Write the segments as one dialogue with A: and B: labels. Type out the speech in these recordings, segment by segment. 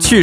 A: 去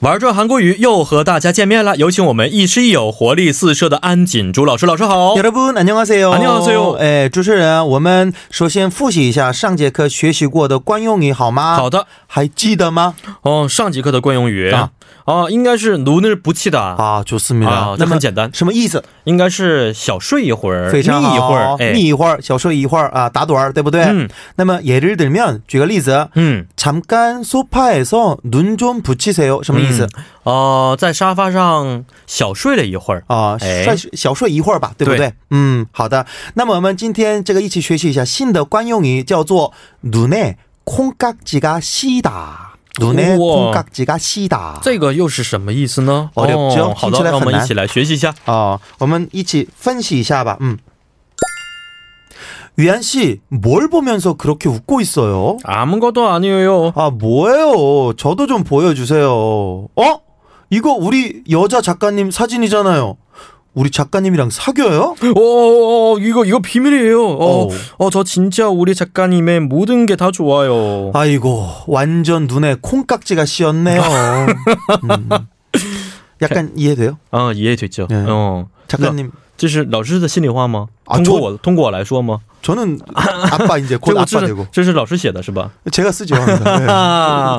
A: 玩转韩国语又和大家见面了，有请我们亦师亦友、活力四射的安锦珠老师。老师好，
B: 여러분 안녕하세요.
A: 哦 안녕하세요.
B: 哎，主持人，我们首先复习一下上节课学习过的惯用语好吗？
A: 好，的。
B: 还记得吗？
A: 哦，上节课的惯用语啊
B: 啊，
A: 哦，应该是눈을붙이다，
B: 啊，就是米
A: 啊
B: 了。
A: 这很简单
B: 什么意思？
A: 应该是小睡一会儿，
B: 非常好。
A: 眯一会儿，哎，
B: 眯一会儿，小睡一会儿啊，打盹儿，对不对？
A: 嗯
B: 那么예를들면，举个例子，
A: 嗯，
B: 잠깐 소파에서 눈 좀 붙이세요，什么意思？
A: 哦，在沙发上小睡了一会儿，
B: 啊，
A: 哎
B: 睡小睡一会儿吧，对不对？
A: 对
B: 嗯，好的。那么我们今天这个一起学习一下新的惯用语，叫做“눈에콩깍지가씌다”。눈에
A: 哇
B: 콩깍지가씌다。
A: 这个又是什么意思呢？
B: 哦这这
A: 好
B: 听
A: 的，
B: 起来
A: 让我
B: 很
A: 们一
B: 难
A: 起来学习一下。
B: 哦，我们一起分析一下吧。嗯，유한씨뭘보면서그렇게웃고있어요？
A: 아무것도 아니에요.
B: 아 뭐예요? 저도 좀 보여주세요. 어? 이거 우리 여자 작가님 사진이잖아요. 우리 작가님이랑 사겨요?
A: 어, 어, 어, 이거 이거 비밀이에요. 어,
B: 어.
A: 어, 저 진짜 우리 작가님의 모든 게 다 좋아요.
B: 아이고 완전 눈에 콩깍지가 씌었네요. 음. 약간 이해돼요,
A: 아, 이해됐죠.
B: 네.
A: 어.
B: 작가님.
A: 这是老师的心里话吗？
B: 啊，
A: 通过
B: 就-
A: 我-通过我来说吗？
B: 저는 아빠 이제 곧 아빠
A: 这个这是-
B: 되고
A: 这是老师写的是吧？
B: 제가 쓰죠. 항상. 네.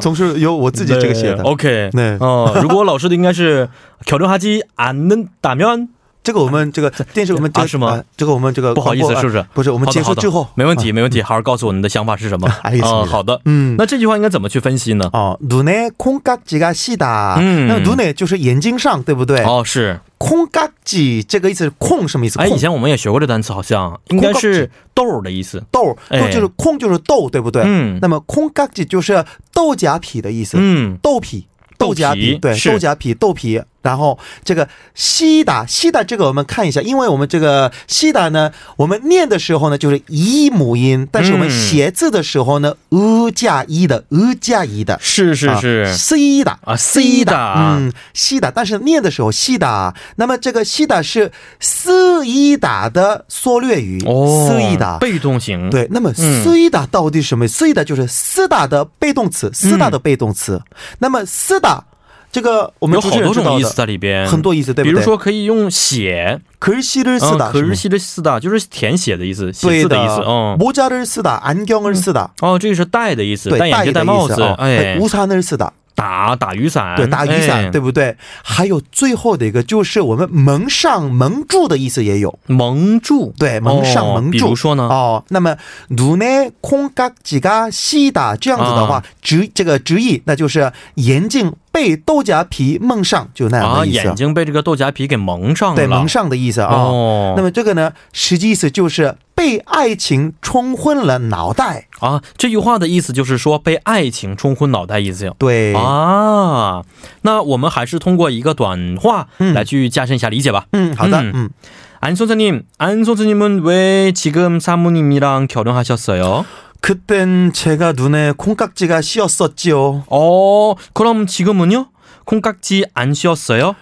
B: 정수 요 워즈지 제가 씨다.
A: 오케이.
B: 네.
A: 어, 哦如果老师的应该是 결혼하지 않는다면
B: 这个我们这个电视我们这
A: 啊是
B: 个
A: 吗
B: 啊这个我们这个
A: 不好意思
B: 广播啊
A: 是不是
B: 不是我们结束之后
A: 没问题没问题好好告诉我你的想法是什么
B: 알겠습니다.
A: 哦好的
B: 嗯
A: 那这句话应该怎么去分析呢
B: 哦， 음. 어, 눈에콩깍지가씌다。
A: 嗯
B: 那눈에就是眼睛上，对不对？
A: 哦是
B: 空嘎叽这个意思是空什么意思？
A: 哎
B: 空
A: 以前我们也学过这单词好像应该是豆儿的意思
B: 豆豆
A: 哎
B: 就是空就是豆，对不对？
A: 嗯
B: 那么空嘎叽就是豆荚皮的意思，
A: 嗯
B: 豆皮。豆荚皮，
A: 豆
B: 对
A: 皮，是
B: 豆荚皮，豆皮。然后这个西达，西达这个我们看一下，因为我们这个西达呢，我们念的时候呢就是一母音，但是我们
A: 嗯
B: 写字的时候呢，呃加一的，呃加一的，
A: 是是是
B: 西达
A: 啊西达
B: 嗯，西达，但是念的时候西达，那么这个西达是斯伊达的缩略语，
A: 哦
B: 斯伊达。
A: 被动型
B: 对，那么
A: 嗯
B: 斯伊达到底是什么？斯伊达就是斯达的被动
A: 嗯
B: 词，斯达的被动词。那么斯达这个我们
A: 有
B: 主
A: 好
B: 持人
A: 多
B: 知道
A: 种意思
B: 的，
A: 在里边
B: 很多意思，对
A: 比
B: 不对？
A: 如说可以用写
B: 可是西的斯达，
A: 可日嗯西的四大就是填写的意思写
B: 对
A: 字
B: 的
A: 的意思嗯
B: 모자를斯达，안경을斯达，
A: 哦这个是戴的意思
B: 对，
A: 戴眼
B: 戴
A: 镜戴
B: 的
A: 帽
B: 意思
A: 子
B: 啊，
A: 哎
B: 우산을斯达。
A: 打打雨伞
B: 对，打雨伞，
A: 哎
B: 对不对？还有最后的一个就是我们蒙上蒙住的意思也有，
A: 蒙住
B: 对，蒙上
A: 哦
B: 蒙住。
A: 比如说呢
B: 哦，那么눈에콩깍지가씌다这样子的
A: 啊
B: 话，直这个直译那就是眼睛被豆荚皮蒙上，就那样
A: 啊，
B: 的意思。
A: 眼睛被这个豆荚皮给蒙上了，
B: 对，蒙上的意思啊、
A: 哦
B: 那么这个呢，实际意思就是被爱情冲昏了脑袋。
A: 啊。这句话的意思就是说被爱情冲昏脑袋意思哟。
B: 对，
A: 啊，那我们还是通过一个短话来去加深一下理解吧。
B: 嗯，好的，
A: 嗯
B: 嗯
A: 안 선생님, 안 선생님은 왜 지금 사모님이랑 결혼하셨어요?
B: 그땐제가눈에콩깍지가씌었었지요
A: 어, 그럼 지금은요? 콩깍지 안 씌었어요?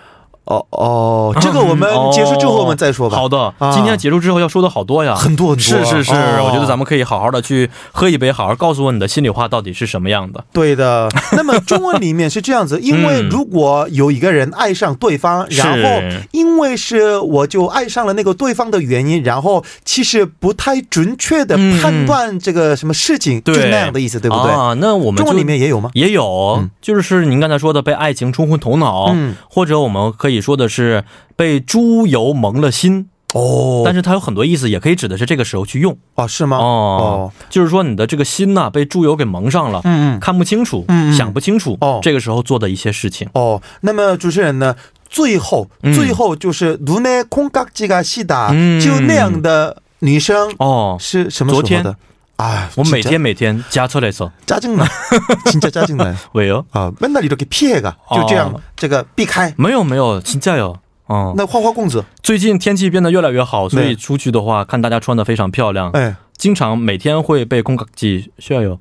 B: 哦哦，这个我们结束之后我们再说吧。
A: 啊嗯好的，
B: 啊
A: 今天结束之后要说的好多呀，
B: 很多很多
A: 是是是，
B: 哦
A: 我觉得咱们可以好好的去喝一杯，好好告诉我你的心里话到底是什么样的。
B: 对的。 那么中文里面是这样子，因为如果有一个人爱上对方，
A: 嗯是
B: 然后因为是我就爱上了那个对方的原因，然后其实不太准确的
A: 嗯
B: 判断这个什么事情，
A: 对
B: 就是那样的意思，对不对？
A: 啊，那我们
B: 中文
A: 就
B: 里面也有吗？
A: 也有，就是您刚才说的被爱情冲昏头脑，
B: 嗯
A: 或者我们可以说的是被猪油蒙了心。
B: 哦
A: 但是它有很多意思，也可以指的是这个时候去用
B: 哦，是吗？
A: 哦
B: 哦，
A: 就是说你的这个心呐、被猪油给蒙上了，
B: 嗯嗯
A: 看不清楚，
B: 嗯嗯
A: 想不清楚、
B: 哦
A: 这个时候做的一些事情。
B: 哦，那么主持人呢？最后，最后就是눈에콩깍지가씌다，
A: 嗯
B: 就那样的女生
A: 哦，
B: 是什么
A: 昨
B: 时
A: 天
B: 候的？啊，
A: 我每
B: 진짜
A: 天每天加错来说，
B: 짜증나. 진짜 짜증나요.
A: 为哟，
B: 아, 맨날 이렇게 피해가.
A: 아. 哦。
B: 就这样,这个避开.
A: 没有没有，请加油。嗯，
B: 那花花公子
A: 最近天气变得越来越好，所以
B: 对 예.
A: 出去的话，看大家穿的非常漂亮，
B: 哎
A: 经常每天会被公告机炫耀。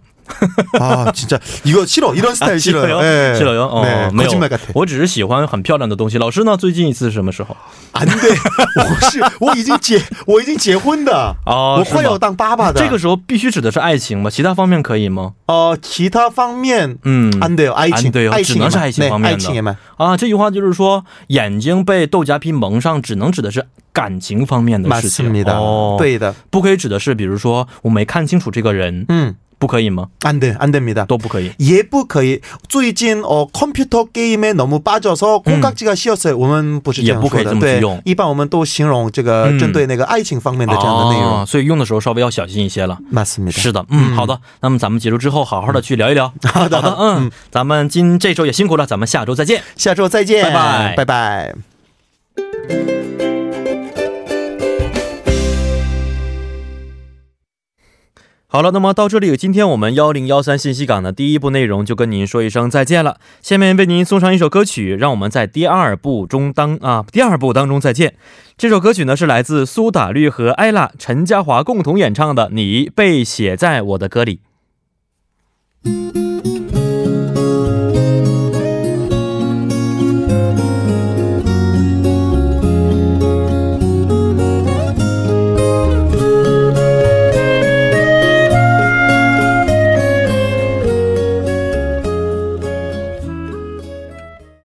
B: 아 진짜 이거 싫어 이런 스타일
A: 啊
B: 싫어요. 예.
A: 아, 싫어요. 어,
B: 네,
A: 哦没有
B: 거짓말 같아.
A: 我只是喜欢很漂亮的东西。老师呢，最近一次是什么时候？
B: 안돼 어, 我是我已经结我已经结婚的
A: 哦，是吗？
B: 我快要当爸爸的
A: 这个时候必须指的是爱情吗？其他方面可以吗？嗯
B: 呃其他方面
A: 음.
B: 어, 안돼요
A: 안
B: 아이칭
A: 돼요.
B: 아이칭
A: 只能是
B: 네,
A: 爱情方面的。
B: 아이칭에만
A: 啊，这句话就是说，眼睛被豆荚皮蒙上，只能指的是感情方面的事情。
B: 맞습니다
A: 哦，，
B: 对的嗯
A: 不可以指的是，比如说我没看清楚这个人，
B: 음,
A: 不可以吗？
B: 안 돼, 안 됩니다.
A: 都不可以。
B: 예쁘 거의 쯔이진 어 컴퓨터 게임에 너무 빠져서 콩깍지가 씌었어요. 네.
A: 也不可以这么去用。嗯。 아.
B: 我们不是这样说的。对，一般我们都形容这个针对那个爱情方面的这样的内容。
A: 哦所以用的时候稍微要小心一些了。
B: 맞습니다.
A: 是的，嗯，好的，那么咱们结束之后，好好的去聊一聊。好的，嗯，咱们今这周也辛苦了，咱们下周再见。
B: 下周再见，
A: 拜拜
B: 拜拜。
A: 好了，那么到这里，今天我们幺零幺三信息港的第一部内容就跟您说一声再见了。下面为您送上一首歌曲，让我们在第二部中当啊第二部当中再见。这首歌曲呢是来自苏打绿和艾拉、陈嘉华共同演唱的《你被写在我的歌里》。
C: 你